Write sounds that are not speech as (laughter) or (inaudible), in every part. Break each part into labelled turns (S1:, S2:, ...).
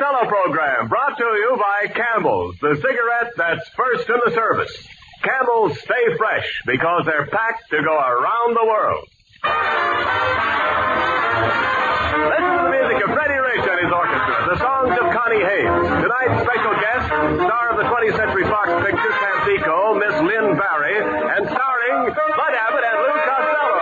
S1: Now program brought to you by Campbell's, the cigarette that's first in the service. Campbell's stay fresh because they're packed to go around the world. Listen to the music of Freddie Rich and his orchestra, the songs of Connie Hayes. Tonight's special guest, star of the 20th Century Fox picture Tampico, Miss Lynn Barry, and starring Bud Abbott and Lou Costello.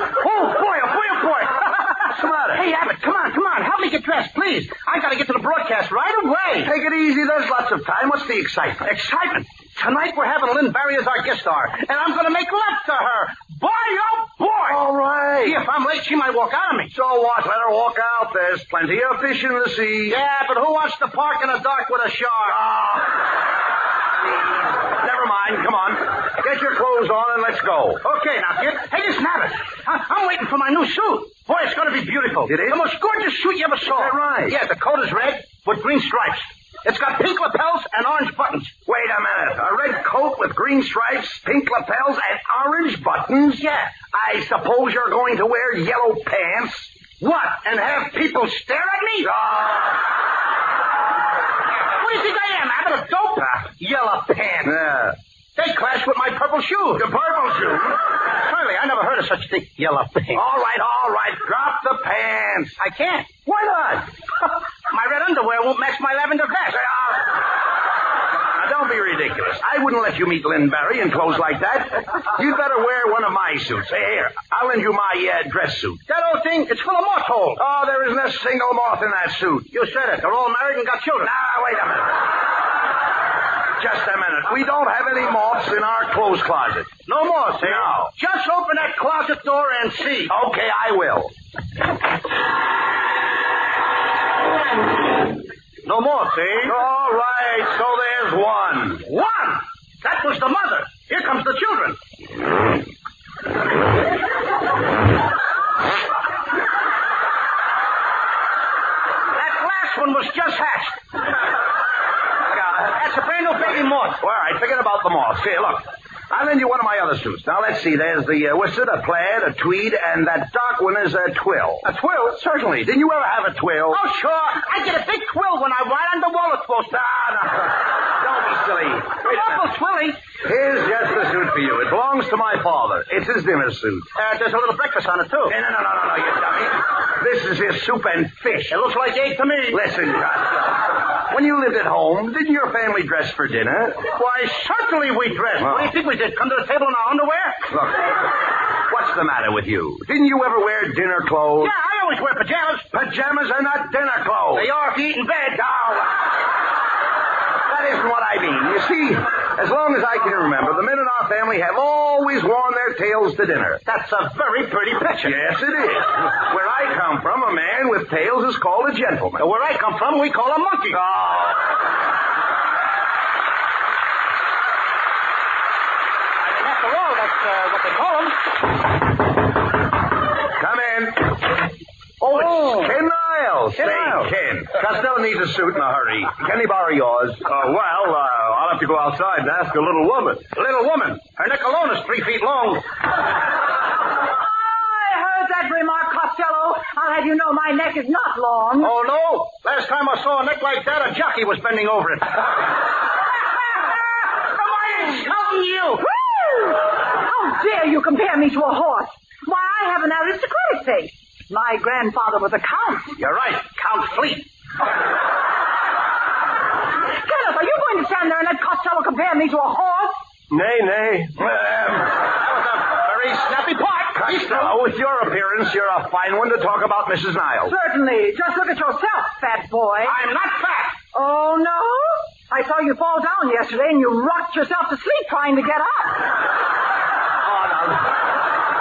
S2: Oh, boy, oh, boy, oh, (laughs) boy. Hey, Abbott, come on, come on. Help me get dressed, please. I gotta get to the broadcast right away. Take it easy. There's lots of time. What's the excitement? Excitement? Tonight we're having Lynn Barry as our guest star, and I'm gonna make love to her. Boy, oh, boy. All right. Gee, if I'm late, she might walk out of me. So what? Let her walk out. There's plenty of fish in the sea. Yeah, but who wants to park in the dark with a shark? Ah. (laughs) Never mind. Come on. Get your clothes on and let's go. Okay, now, kid. Hey, listen, Abbott. I- I'm waiting for my new suit. Boy, it's going to be beautiful. It is? The most gorgeous suit you ever saw. Is that right? Yeah, the coat is red with green stripes. It's got pink lapels and orange buttons. Wait a minute. A red coat with green stripes, pink lapels, and orange buttons? Yeah. I suppose you're going to wear yellow pants. What? And have people stare at me? Ah. What do you think I am? I'm a dope. Ah, yellow pants. Yeah. They clash with my purple shoes. The purple shoes? Charlie, I never heard of such thing. Yellow pants. All right, all right. Drop the pants. I can't. Why not? (laughs) my red underwear won't match my lavender vest. uh, Now, don't be ridiculous. I wouldn't let you meet Lynn Barry in clothes like that. You'd better wear one of my suits. Hey, here, I'll lend you my uh, dress suit. That old thing, it's full of moth holes. Oh, there isn't a single moth in that suit. You said it. They're all married and got children. Now, wait a minute. Just a minute. We don't have any moths in our clothes closet. No moths, eh? No. Just open that closet door and see. Okay, I will. No moths, eh? All right, so there's one. One? That was the mother. Here comes the children. That last one was just hatched. That's a brand new baby moth. All right, forget about the moths. Here, look. I'll lend you one of my other suits. Now, let's see. There's the uh, worsted, a plaid, a tweed, and that dark one is a twill. A twill? Certainly. Didn't you ever have a twill? Oh, sure. I get a big twill when I ride on the roller coaster. Ah, no. Don't be silly. Wait a minute. Here's just the suit for you. It belongs to my father. It's his dinner suit. Uh, there's a little breakfast on it, too. No, no, no, no, no, you dummy. This is his soup and fish. It looks like egg to me. Listen, Costello. When you lived at home, didn't your family dress for dinner? Why, certainly we dressed. What do you think we did? Come to the table in our underwear? Look, what's the matter with you? Didn't you ever wear dinner clothes? Yeah, I always wear pajamas. Pajamas are not dinner clothes. They are if you eat in bed. That isn't what I mean. You see, as long as I can remember, the men in our family have always worn their tails to dinner. That's a very pretty picture. Yes, it is. Where I come from, a man with tails is called a gentleman. Where I come from, we call a monkey. Oh. After all, that's uh, what they call them. Come in. Oh, it's Ken Niles. Ken
S1: Niles.
S2: Ken. Costello needs a suit in a hurry. Can he borrow yours?
S1: Uh, well, uh, I'll have to go outside and ask a little woman.
S2: Little woman. Her neck alone is three feet long.
S3: I heard that remark, Costello. I'll have you know my neck is not long.
S2: Oh, no. Last time I saw a neck like that, a jockey was bending over it. Am I insulting you?
S3: Woo! How dare you compare me to a horse? Why, I have an aristocratic face. My grandfather was a count.
S2: You're right. Count Fleet.
S3: Philip, are you going to stand there and let Costello compare me to a horse?
S1: Nay, nay.
S2: Um, That was a very snappy part.
S1: Costello, with your appearance, you're a fine one to talk about Mrs. Niles.
S3: Certainly. Just look at yourself, fat boy.
S2: I'm not fat.
S3: Oh, no? I saw you fall down yesterday and you rocked yourself to sleep trying to get up.
S1: Oh, (laughs) now,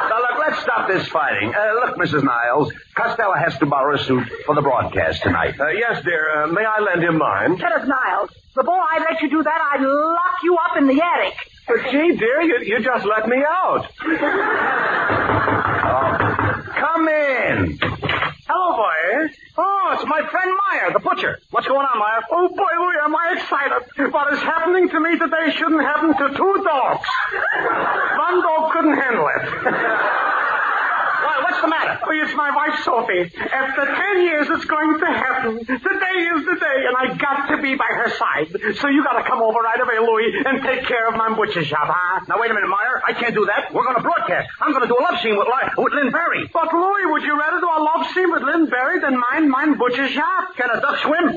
S1: now, look, let's stop this fighting. Uh, look, Mrs. Niles, Costello has to borrow a suit for the broadcast tonight. Uh, yes, dear. Uh, may I lend him mine?
S3: Philip Niles, before I let you do that, I'd lock you up in the attic.
S1: But, gee, dear, you, you just let me
S2: (laughs)
S1: out. Oh, come in. Hello, boy. Oh, it's
S2: my friend Meyer, the butcher. What's going on, Meyer? Oh, boy, Louie, am I excited. What is happening to me today shouldn't happen to two dogs. One dog couldn't handle it. Why, what's the matter? Oh, it's my wife, Sophie. After ten years, it's going to happen. Today is the day, and I got to be by her side. So you gotta come over right away, Louie, and take care of my butcher shop, huh? Now, wait a minute, Meyer. I can't do that. We're gonna broadcast. I'm gonna do a love scene with, Li- with Lynn Barry. But, Louie, would you rather do a love scene with Lynn Barry than mine, mine butcher shop? Can a duck swim?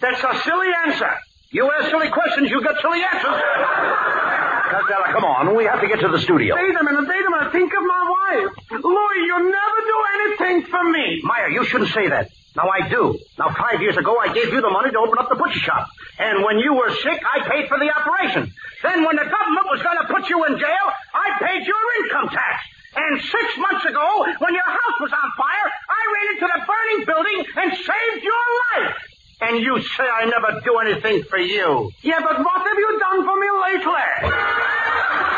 S2: That's a silly answer. You ask silly questions, you get silly answers. (laughs) Costello, come on. We have to get to the studio.
S4: Wait a minute, wait a minute. Think of my wife. Louis, you never do anything for me.
S2: Meyer, you shouldn't say that. Now I do. Now five years ago I gave you the money to open up the butcher shop. And when you were sick, I paid for the operation. Then when the government was gonna put you in jail, I paid your income tax. And six months ago, when your house was on fire, I ran into the burning building and saved your life. And you say I never do anything for you.
S4: Yeah, but what have you done for me lately?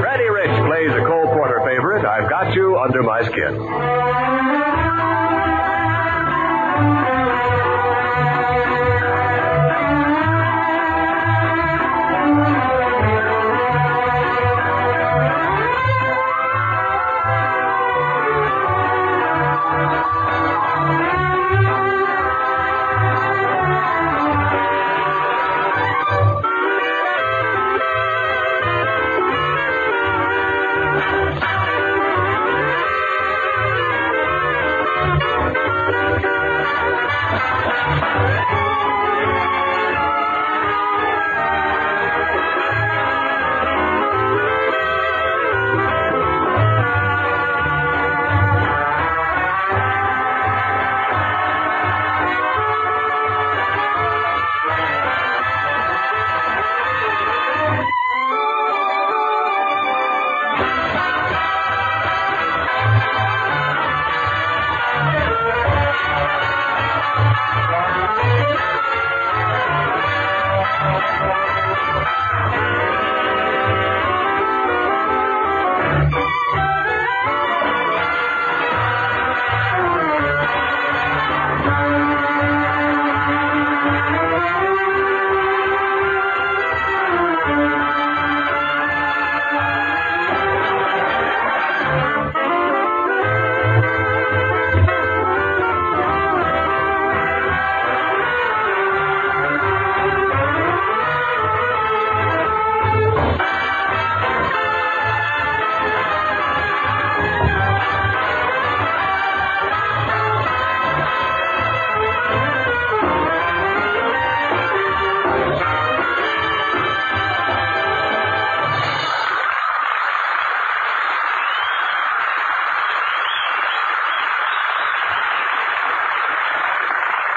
S1: Freddie Rich plays a Cole Porter favorite, I've Got You Under My Skin.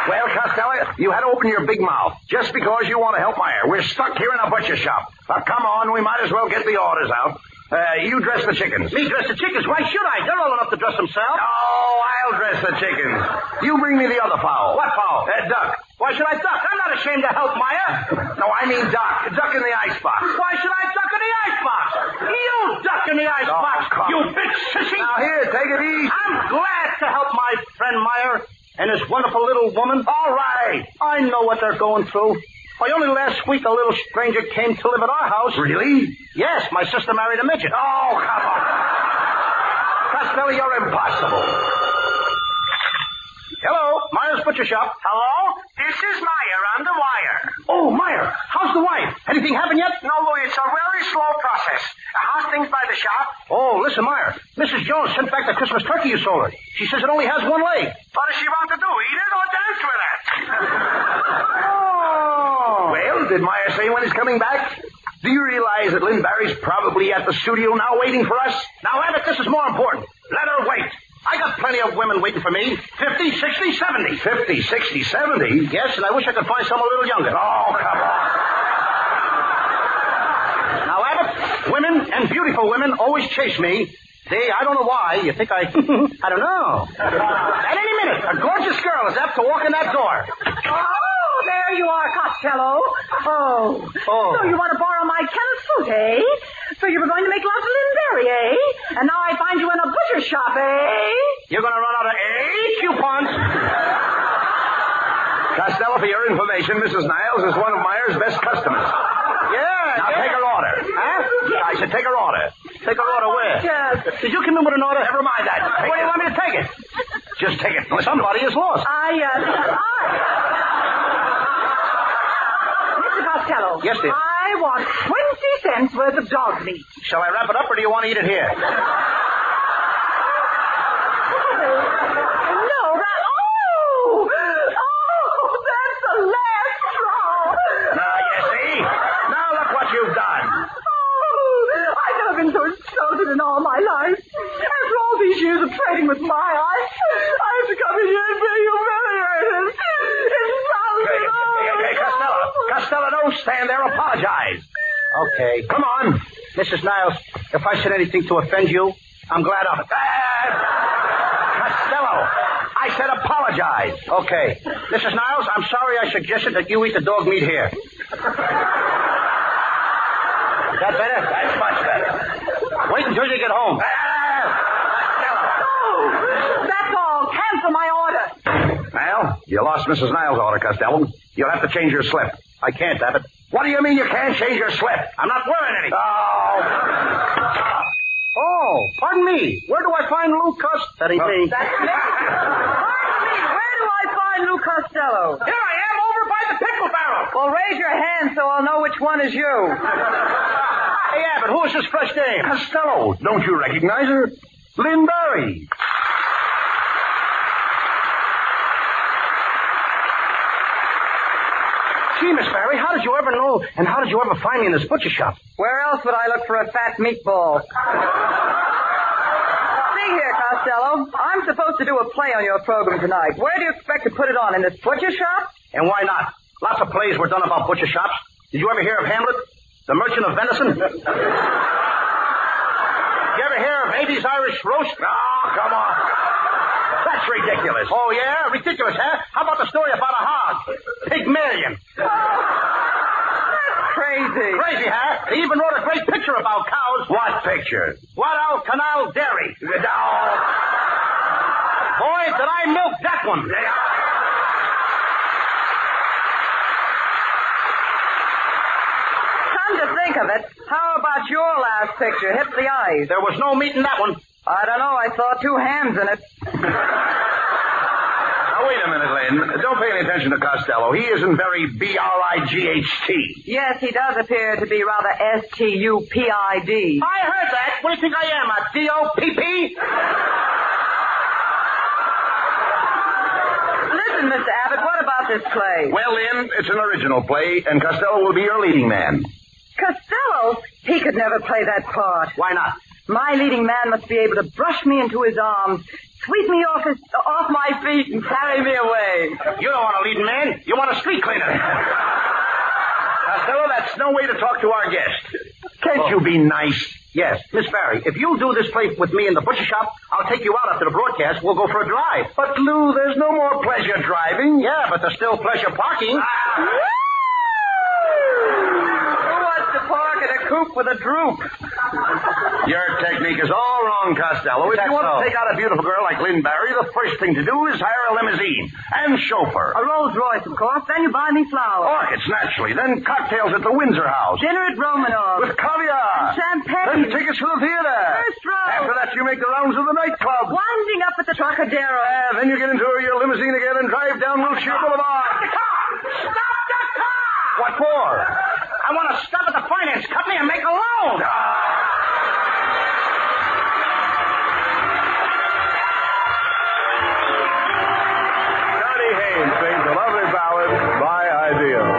S2: Well, Costello, you had to open your big mouth just because you want to help Meyer. We're stuck here in a butcher shop. Now, come on, we might as well get the orders out. Uh, you dress the chickens. Me dress the chickens? Why should I? They're old enough to dress themselves. Oh, I'll dress the chickens. You bring me the other fowl. What fowl? Uh, duck. Why should I duck? I'm not ashamed to help Meyer. no, I mean duck. Duck in the icebox. Why should I duck in the icebox? You duck in the icebox,
S1: come.
S2: you bitch sissy.
S1: Now, here, take it easy.
S2: I'm glad to help my friend Meyer and his wonderful little woman. All right. I know what they're going through. Why, only last week a little stranger came to live at our house. Really? Yes, my sister married a midget. Oh, come on. Costello, you're impossible. Hello, Meyer's Butcher Shop.
S4: Hello? This is Meyer on the wire.
S2: Oh, Meyer, how's the wife? Anything happened yet?
S4: No, Louis, it's a very slow process. How's things by the shop?
S2: Oh, listen, Meyer. Mrs. Jones sent back the Christmas turkey you sold her. She says it only has one leg.
S4: What does she want to do? Eat it or dance with
S2: (laughs)
S4: it? (laughs)
S2: Oh. Well, did Meyer say when he's coming back? Do you realize that Lynn Barry's probably at the studio now waiting for us? Now, Abbott, this is more important. Let her wait. I got plenty of women waiting for me. 50, 60, 70. 50, 60, 70? Yes, and I wish I could find some a little younger. Oh, come on. Now, Abbott, women and beautiful women always chase me. They, I don't know why. You think I, (laughs) I (laughs) don't know. At any minute, a gorgeous girl is apt to walk in that door.
S3: Oh, there you are, Costello. Oh.
S2: Oh.
S3: So you want to borrow my Kenneth suit, eh? So you were going to make love to Lynn Berry, eh? And now I find you in a butcher shop, eh?
S2: You're going to run out of eight coupons. Costello, for your information, Mrs. Niles is one of Meyer's best customers. Yeah. Now take her order. Huh? I said take her order. Take her order where?
S3: Yes.
S2: Did you come in with an order? Never mind that. Where do you want me to take it? Just take it. Somebody is lost.
S3: I, uh, I. Mr. Costello.
S2: Yes, dear.
S3: I want 20 cents worth of dog meat.
S2: Shall I wrap it up or do you want to eat it here?
S3: No, that. Oh! Oh, that's the last straw.
S2: Now, you see? Now look what you've done.
S3: Oh, I've never been so insulted in all my life. After all these years of trading with my eyes, I have to come in here and be humiliated.
S2: Hey,
S3: Insulted.
S2: hey, hey, hey, Costello. Costello, don't stand there. Apologize. Okay. Come on. Mrs. Niles, if I said anything to offend you, I'm glad of it. Ah! Costello, I said apologize. Okay. Mrs. Niles, I'm sorry I suggested that you eat the dog meat here. Is that better? That's much better. Ah! Wait until you get home.
S3: Oh, that's all. Cancel my order.
S2: Well, you lost Mrs. Niles' order, Costello. You'll have to change your slip. I can't, Abbott. What do you mean you can't change your slip? I'm not wearing any. Oh. Oh, pardon me. Where do I find Lou Costello? That ain't me.
S3: Pardon me, where do I find Lou Costello?
S2: Here I am over by the pickle barrel.
S3: Well, raise your hand so I'll know which one is you.
S2: Hey, Abbott, who is this fresh dame? Costello. Don't you recognize her? Lynn Barry. Gee, Miss Barry, how did you ever know and how did you ever find me in this butcher shop?
S3: Where else would I look for a fat meatball? See here, Costello. I'm supposed to do a play on your program tonight. Where do you expect to put it on? In this butcher shop?
S2: And why not? Lots of plays were done about butcher shops. Did you ever hear of Hamlet? The Merchant of Venison? (laughs) Did you ever hear of Abe's Irish Roast? Oh, come on. That's ridiculous. Oh, yeah? Ridiculous, huh? How about the story about a hog? Pygmalion.
S3: Crazy.
S2: Crazy, huh? They even wrote a great picture about cows. What picture? Guadal Canal Dairy. Oh. Boy, did I milk that one.
S3: Come to think of it, how about your last picture, Hit the Eyes?
S2: There was no meat in that one.
S3: I don't know. I saw two hams in it.
S2: Now, wait a minute, Lynn. Don't pay any attention to Costello. He isn't very B-R-I-G-H-T.
S3: Yes, he does appear to be rather S-T-U-P-I-D.
S2: I heard that. What do you think I am, a D-O-P-P?
S3: Oh, Listen, Mr. Abbott, what about this play?
S2: Well, Lynn, it's an original play, and Costello will be your leading man.
S3: Costello? He could never play that part.
S2: Why not?
S3: My leading man must be able to brush me into his arms, sweep me off his, off my feet, and carry me away.
S2: You don't want a leading man. You want a street cleaner. (laughs) Costello, that's no way to talk to our guest. Can't you be nice? Yes. Miss Barry, if you'll do this play with me in the butcher shop, I'll take you out after the broadcast. We'll go for a drive. But, Lou, there's no more pleasure driving. Yeah, but there's still pleasure parking.
S3: Who wants to park in a coupe with a droop?
S2: Your technique is all wrong, Costello. If you want to take out a beautiful girl like Lynn Barry, the first thing to do is hire a limousine and chauffeur.
S3: A Rolls Royce, of course. Then you buy me flowers.
S2: Orchids, naturally. Then cocktails at the Windsor House.
S3: Dinner at Romanov's.
S2: With caviar.
S3: Champagne.
S2: Then tickets for the theater.
S3: First row.
S2: After that, you make the rounds of the nightclub.
S3: Winding up at the Trocadero.
S2: And then you get into your limousine again and drive down Wilshire Boulevard. Stop the car! Stop the car! What for? I want to stop at the finance company and make a loan.
S1: Johnny Haynes sings a lovely ballad, My Ideal.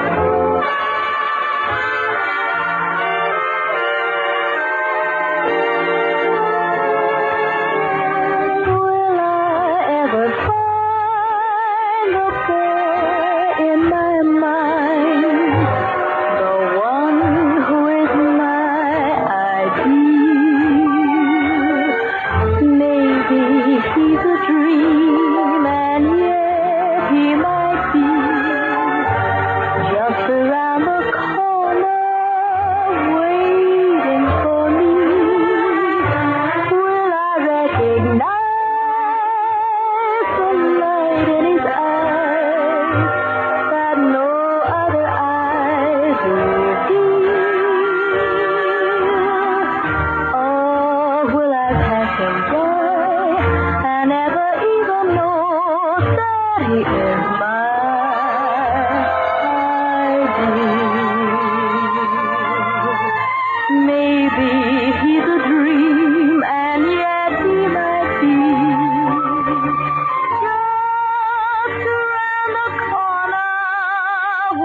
S5: Will I ever find up there in my mind the one who is my away. I never even knows that he is my ideal. Maybe he's a dream, and yet he might be just around the corner,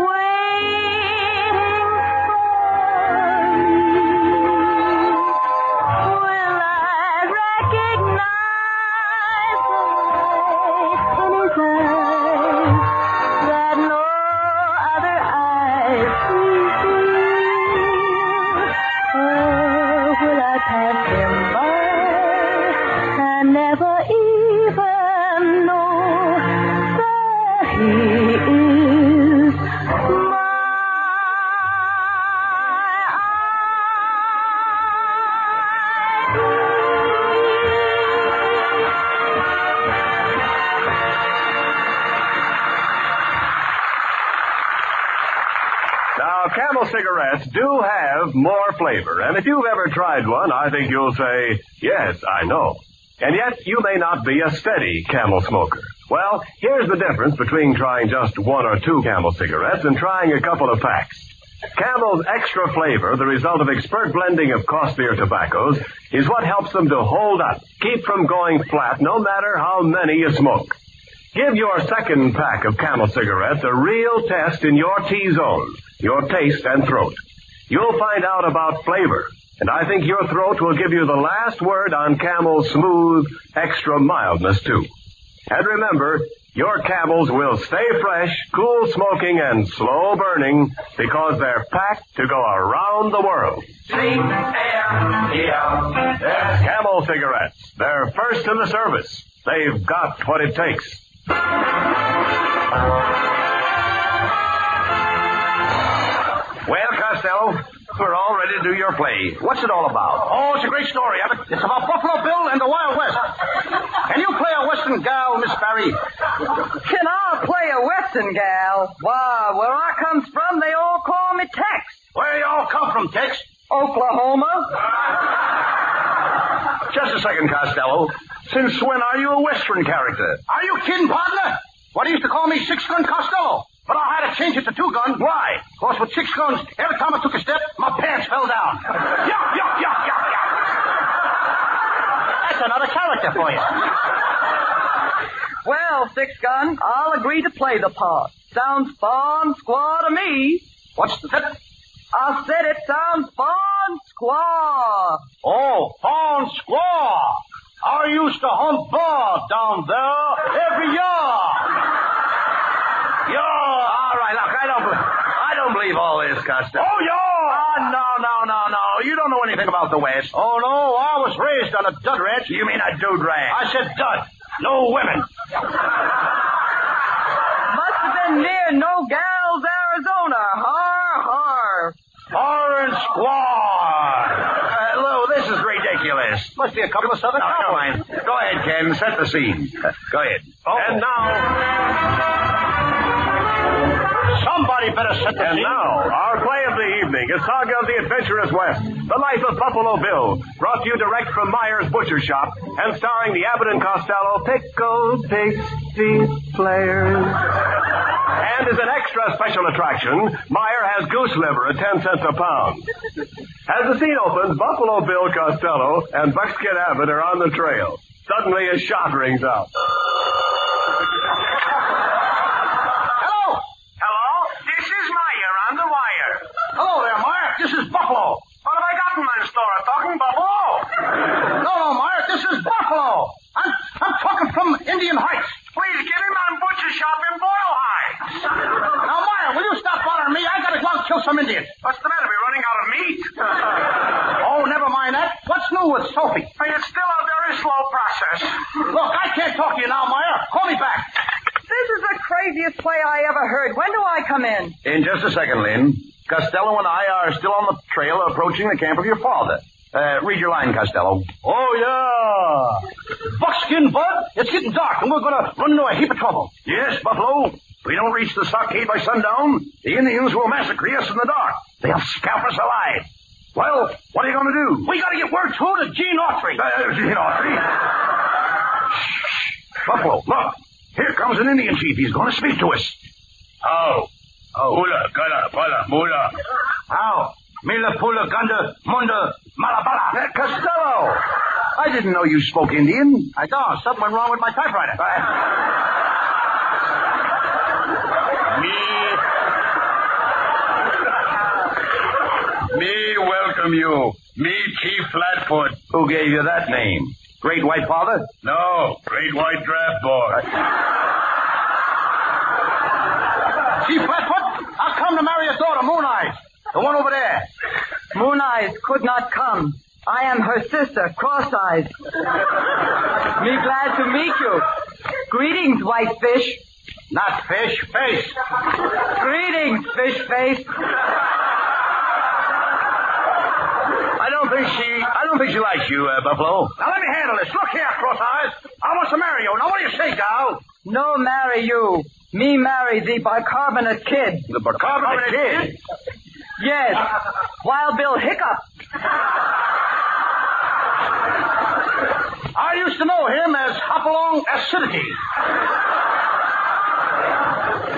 S5: waiting for me. Will I recognize the light in his eyes that no other eyes reveal? Or will I pass him by and never even know that he is my idol?
S1: Now, Camel cigarettes do have more flavor, and if you've ever tried one, I think you'll say, yes, I know. And yet, you may not be a steady Camel smoker. Well, here's the difference between trying just one or two Camel cigarettes and trying a couple of packs. Camel's extra flavor, the result of expert blending of costlier tobaccos, is what helps them to hold up, keep from going flat no matter how many you smoke. Give your second pack of Camel cigarettes a real test in your T-zone, your taste and throat. You'll find out about flavor, and I think your throat will give you the last word on Camel's smooth, extra mildness too. And remember, your Camels will stay fresh, cool smoking, and slow burning because they're packed to go around the world. Camel cigarettes. They're first in the service. They've got what it takes.
S2: Well, Costello, we're all ready to do your play. What's it all about? Oh, it's a great story, Abbott. It's about Buffalo Bill and the Wild West. Can you play a Western gal, Miss Barry?
S4: Can I play a Western gal? Why, where I comes from, they all call me Tex.
S2: Where y'all come from, Tex?
S4: Oklahoma.
S2: Just a second, Costello. Since when are you a Western character? Are you kidding, partner? Why, they used to call me Six Gun Costello. But I had to change it to two guns. Why? Because with six guns, every time I took a step, my pants fell down. (laughs) yuck, yuck, yuck, yuck, yuck. That's another character for you.
S4: Well, Six Gun, I'll agree to play the part. Sounds fun squad to me.
S2: What's the tip?
S4: I said it sounds fun squad.
S2: Oh, Fawn Squaw. I used to hunt bar down there every year. Yeah. All right, look, I don't, bel- I don't believe all this, Costello. Oh, yeah. Oh, no, no, no, no. You don't know anything about the West. Oh, no. I was raised on a dud ranch. You mean a dude ranch? I said dud. No women.
S4: Must have been near No Gals, Arizona. Har, har.
S2: Orange squad. Uh, Lou, this is ridiculous. Must be a couple of southern cowboys. Oh. Go ahead, Ken. Set the scene. Go ahead. And now. Somebody better set the
S1: And
S2: scene.
S1: now, our play of the evening is Saga of the Adventurous West, The Life of Buffalo Bill, brought to you direct from Myers Butcher Shop and starring the Abbott and Costello Pickle Tasty Players. And as an extra special attraction, Meyer has goose liver at 10 cents a pound. As the scene opens, Buffalo Bill Costello and Buckskin Abbott are on the trail. Suddenly, a shot rings out.
S2: Hello. Hello. This is Meyer on the wire. Hello there, Meyer. This is Buffalo. What have I got in my store? Talking Buffalo? no, no, Meyer. This is Buffalo. I'm, I'm talking from Indian Heights. Please get him on Butcher Shop in Boyle Heights. now, Meyer, will you stop bothering me? I gotta go out and kill some Indians. What's the matter? We're running out of meat. (laughs) oh, never mind that. What's new with Sophie? It's still a very slow process. Look, I can't talk to you now, Meyer. Call me back.
S4: This is the craziest play I ever heard. When do I come in?
S2: In just a second, Lynn. Costello and I are still on the trail approaching the camp of your father. Uh, read your line, Costello. Oh, yeah. Buckskin, Bud. It's getting dark, and we're going to run into a heap of trouble. Yes, Buffalo. If we don't reach the stockade by sundown, the Indians will massacre us in the dark. They'll scalp us alive. Well, what are you going to do?
S6: We gotta get word through to Gene Autry.
S2: Uh, you know, (laughs) Buffalo, look. Here comes an Indian chief. He's going to speak to us.
S6: Oh. Oh. Hula, gala, pala, mula.
S2: How? Mila, pula, gunda, munda, malabala. Eh, Costello! I didn't know you spoke Indian.
S6: I know. Something went wrong with my typewriter. (laughs) Me. Me welcome you. Me, Chief Flatfoot.
S2: Who gave you that name? Great White Father?
S6: No, Great White Draft Board.
S2: (laughs) Chief Flatfoot, I've come to marry your daughter, Moon Eyes. The one over there.
S4: Moon Eyes could not come. I am her sister, Cross Eyes. Me glad to meet you. Greetings, White Fish.
S2: Not fish, face.
S4: Greetings, Fish Face.
S2: I don't think she. I don't think she likes you, uh, Buffalo. Now let me handle this. Look here, Cross Eyes. I want to marry you. Now what do you say, gal?
S4: No marry you. Me marry the bicarbonate kid.
S2: The bicarbonate kid.
S4: Yes. Wild Bill Hiccup.
S2: I used to know him as Hopalong Acidity.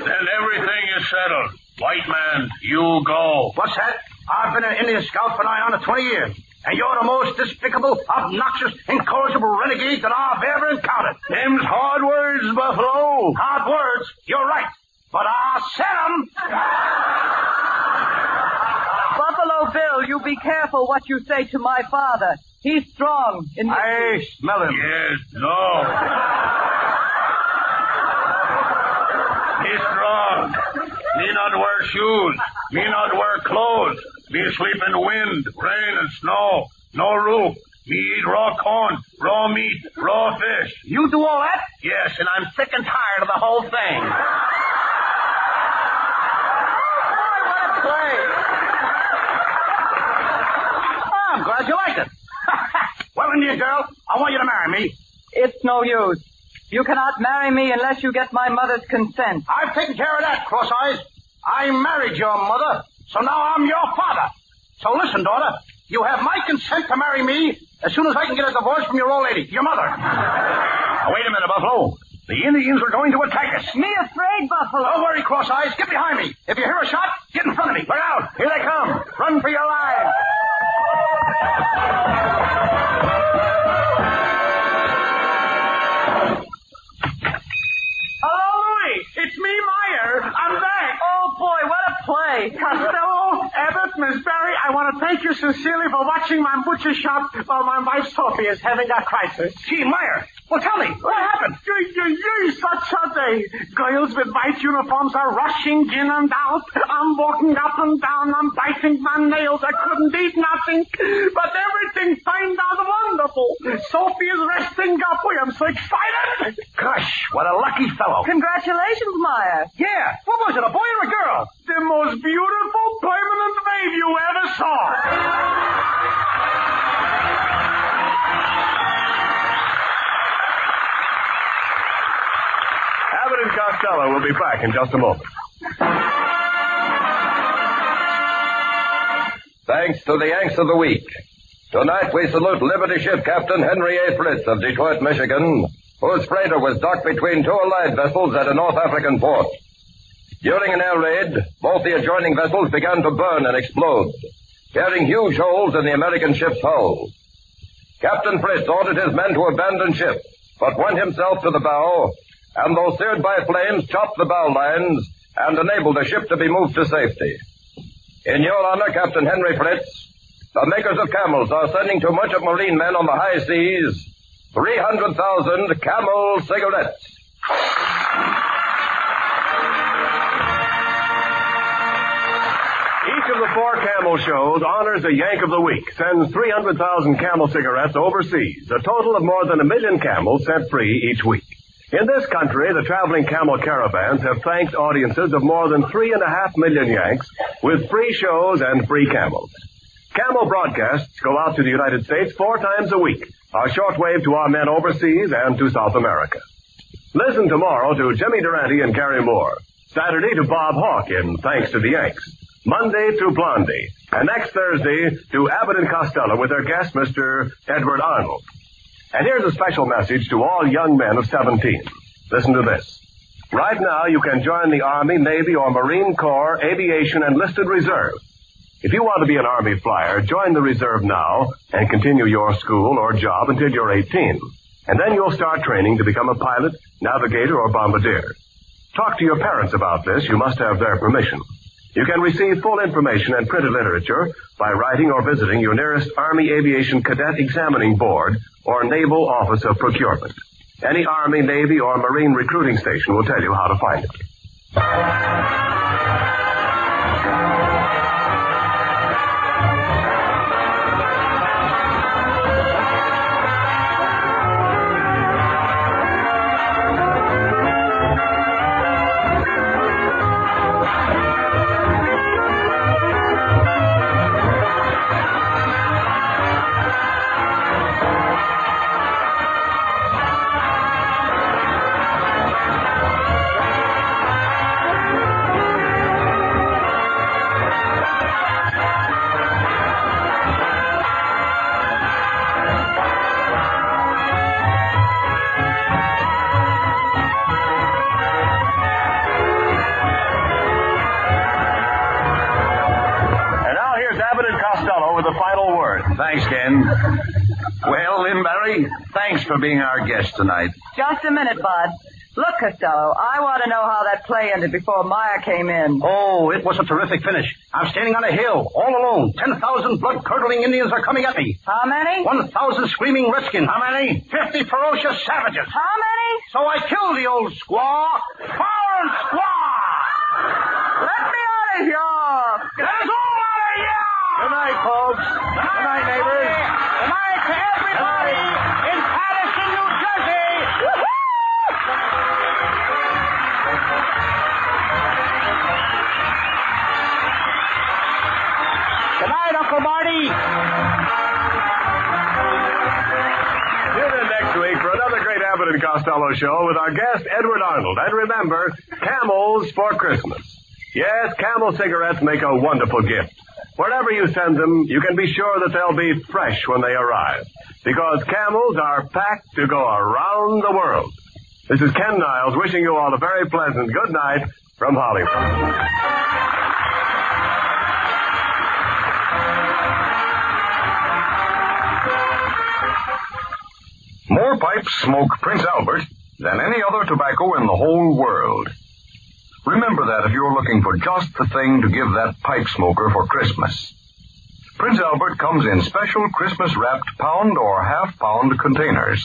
S6: Then everything is settled. White man, you go.
S2: What's that? I've been an Indian scout for nigh on to 20 years. And you're the most despicable, obnoxious, incorrigible renegade that I've ever encountered. Them's hard words, Buffalo. Hard words? You're right. But I said 'em.
S4: Buffalo Bill, you be careful what you say to my father. He's strong. In the...
S2: I smell him.
S6: Yes, no. Be strong. Me not wear shoes. Me not wear clothes. Me sleep in wind, rain, and snow. No roof. Me eat raw corn, raw meat, raw fish.
S2: You do all that?
S6: Yes, and I'm sick and tired of the whole thing.
S2: Oh, Oh, I'm glad you like it. well, Indian girl, I want you to marry me.
S4: It's no use. You cannot marry me unless you get my mother's consent.
S2: I've taken care of that, Cross Eyes. I married your mother, so now I'm your father. So listen, daughter, you have my consent to marry me as soon as I can get a divorce from your old lady, your mother. Now, wait a minute, Buffalo. The Indians are going to attack us.
S4: Me afraid, Buffalo.
S2: Don't worry, Cross Eyes. Get behind me. If you hear a shot, get in front of me. Look out. Here they come. Run for your lives.
S3: Hello, Louie. It's me, Meyer. I'm back.
S4: Oh boy, what a play.
S3: Costello, Abbott, Miss Barry, I want to thank you sincerely for watching my butcher shop while my wife Sophie is having a crisis.
S2: Gee, Meyer. Well, tell me, what happened?
S3: Yay, yay, yay, such a day. Girls with white uniforms are rushing in and out. I'm walking up and down. I'm biting my nails. I couldn't eat nothing. But everything turned out wonderful. Sophie is resting up. I am so excited.
S2: Gosh, what a lucky fellow.
S4: Congratulations, Meyer.
S2: Yeah. What was it, a boy or a girl?
S3: The most beautiful permanent wave you ever saw.
S1: Abbott and Costello will be back in just a moment. Thanks to the Yanks of the Week. Tonight we salute Liberty Ship Captain Henry A. Fritz of Detroit, Michigan, whose freighter was docked between two allied vessels at a North African port. During an air raid, both the adjoining vessels began to burn and explode, tearing huge holes in the American ship's hull. Captain Fritz ordered his men to abandon ship, but went himself to the bow, and though seared by flames, chopped the bow lines and enabled the ship to be moved to safety. In your honor, Captain Henry Fritz, the makers of camels are sending to much of marine men on the high seas 300,000 camel cigarettes. Each of the four camel shows honors a Yank of the Week, sends 300,000 camel cigarettes overseas, a total of more than a million camels sent free each week. In this country, the traveling camel caravans have thanked audiences of more than three and a half million Yanks with free shows and free camels. Camel broadcasts go out to the United States four times a week, a shortwave to our men overseas and to South America. Listen tomorrow to Jimmy Durante and Gary Moore. Saturday to Bob Hawke in Thanks to the Yanks.
S2: Monday through Blondie, and next Thursday through Abbott and Costello with their guest, Mr. Edward Arnold. And here's a special message to all young men of 17. Listen to this. Right now, you can join the Army, Navy, or Marine Corps, Aviation, and Listed Reserve. If you want to be an Army flyer, join the reserve now and continue your school or job until you're 18. And then you'll start training to become a pilot, navigator, or bombardier. Talk to your parents about this. You must have their permission. You can receive full information and printed literature by writing or visiting your nearest Army Aviation Cadet Examining Board or Naval Office of Procurement. Any Army, Navy, or Marine recruiting station will tell you how to find it. And now here's Abbott and Costello with the final word.
S7: Thanks, Ken. Well, Lynn Barry, thanks for being our guest tonight.
S3: Just a minute, Bud. Look, Costello, I want to know how that play ended before Meyer came in.
S7: Oh, it was a terrific finish. I'm standing on a hill, all alone. 10,000 blood-curdling Indians are coming at me.
S3: How many?
S7: 1,000 screaming redskins. How many? 50 ferocious savages.
S3: How many?
S7: So I killed the old squaw. Foreign squaw!
S3: Let me out of here!
S7: That's all out of here!
S2: Good night, folks. Good night, neighbors.
S7: Good night to everybody in Patterson, New Jersey. Good night, Uncle Marty.
S2: Tune in next week for another great Abbott and Costello show with our guest, Edward Arnold. And remember, camels for Christmas. Yes, camel cigarettes make a wonderful gift. Wherever you send them, you can be sure that they'll be fresh when they arrive. Because camels are packed to go around the world. This is Ken Niles wishing you all a very pleasant good night from Hollywood.
S8: More pipes smoke Prince Albert than any other tobacco in the whole world. Remember that if you're looking for just the thing to give that pipe smoker for Christmas. Prince Albert comes in special Christmas wrapped pound or half pound containers.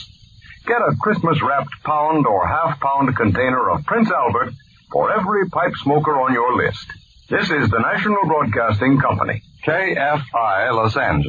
S8: Get a Christmas wrapped pound or half pound container of Prince Albert for every pipe smoker on your list. This is the National Broadcasting Company, KFI Los Angeles.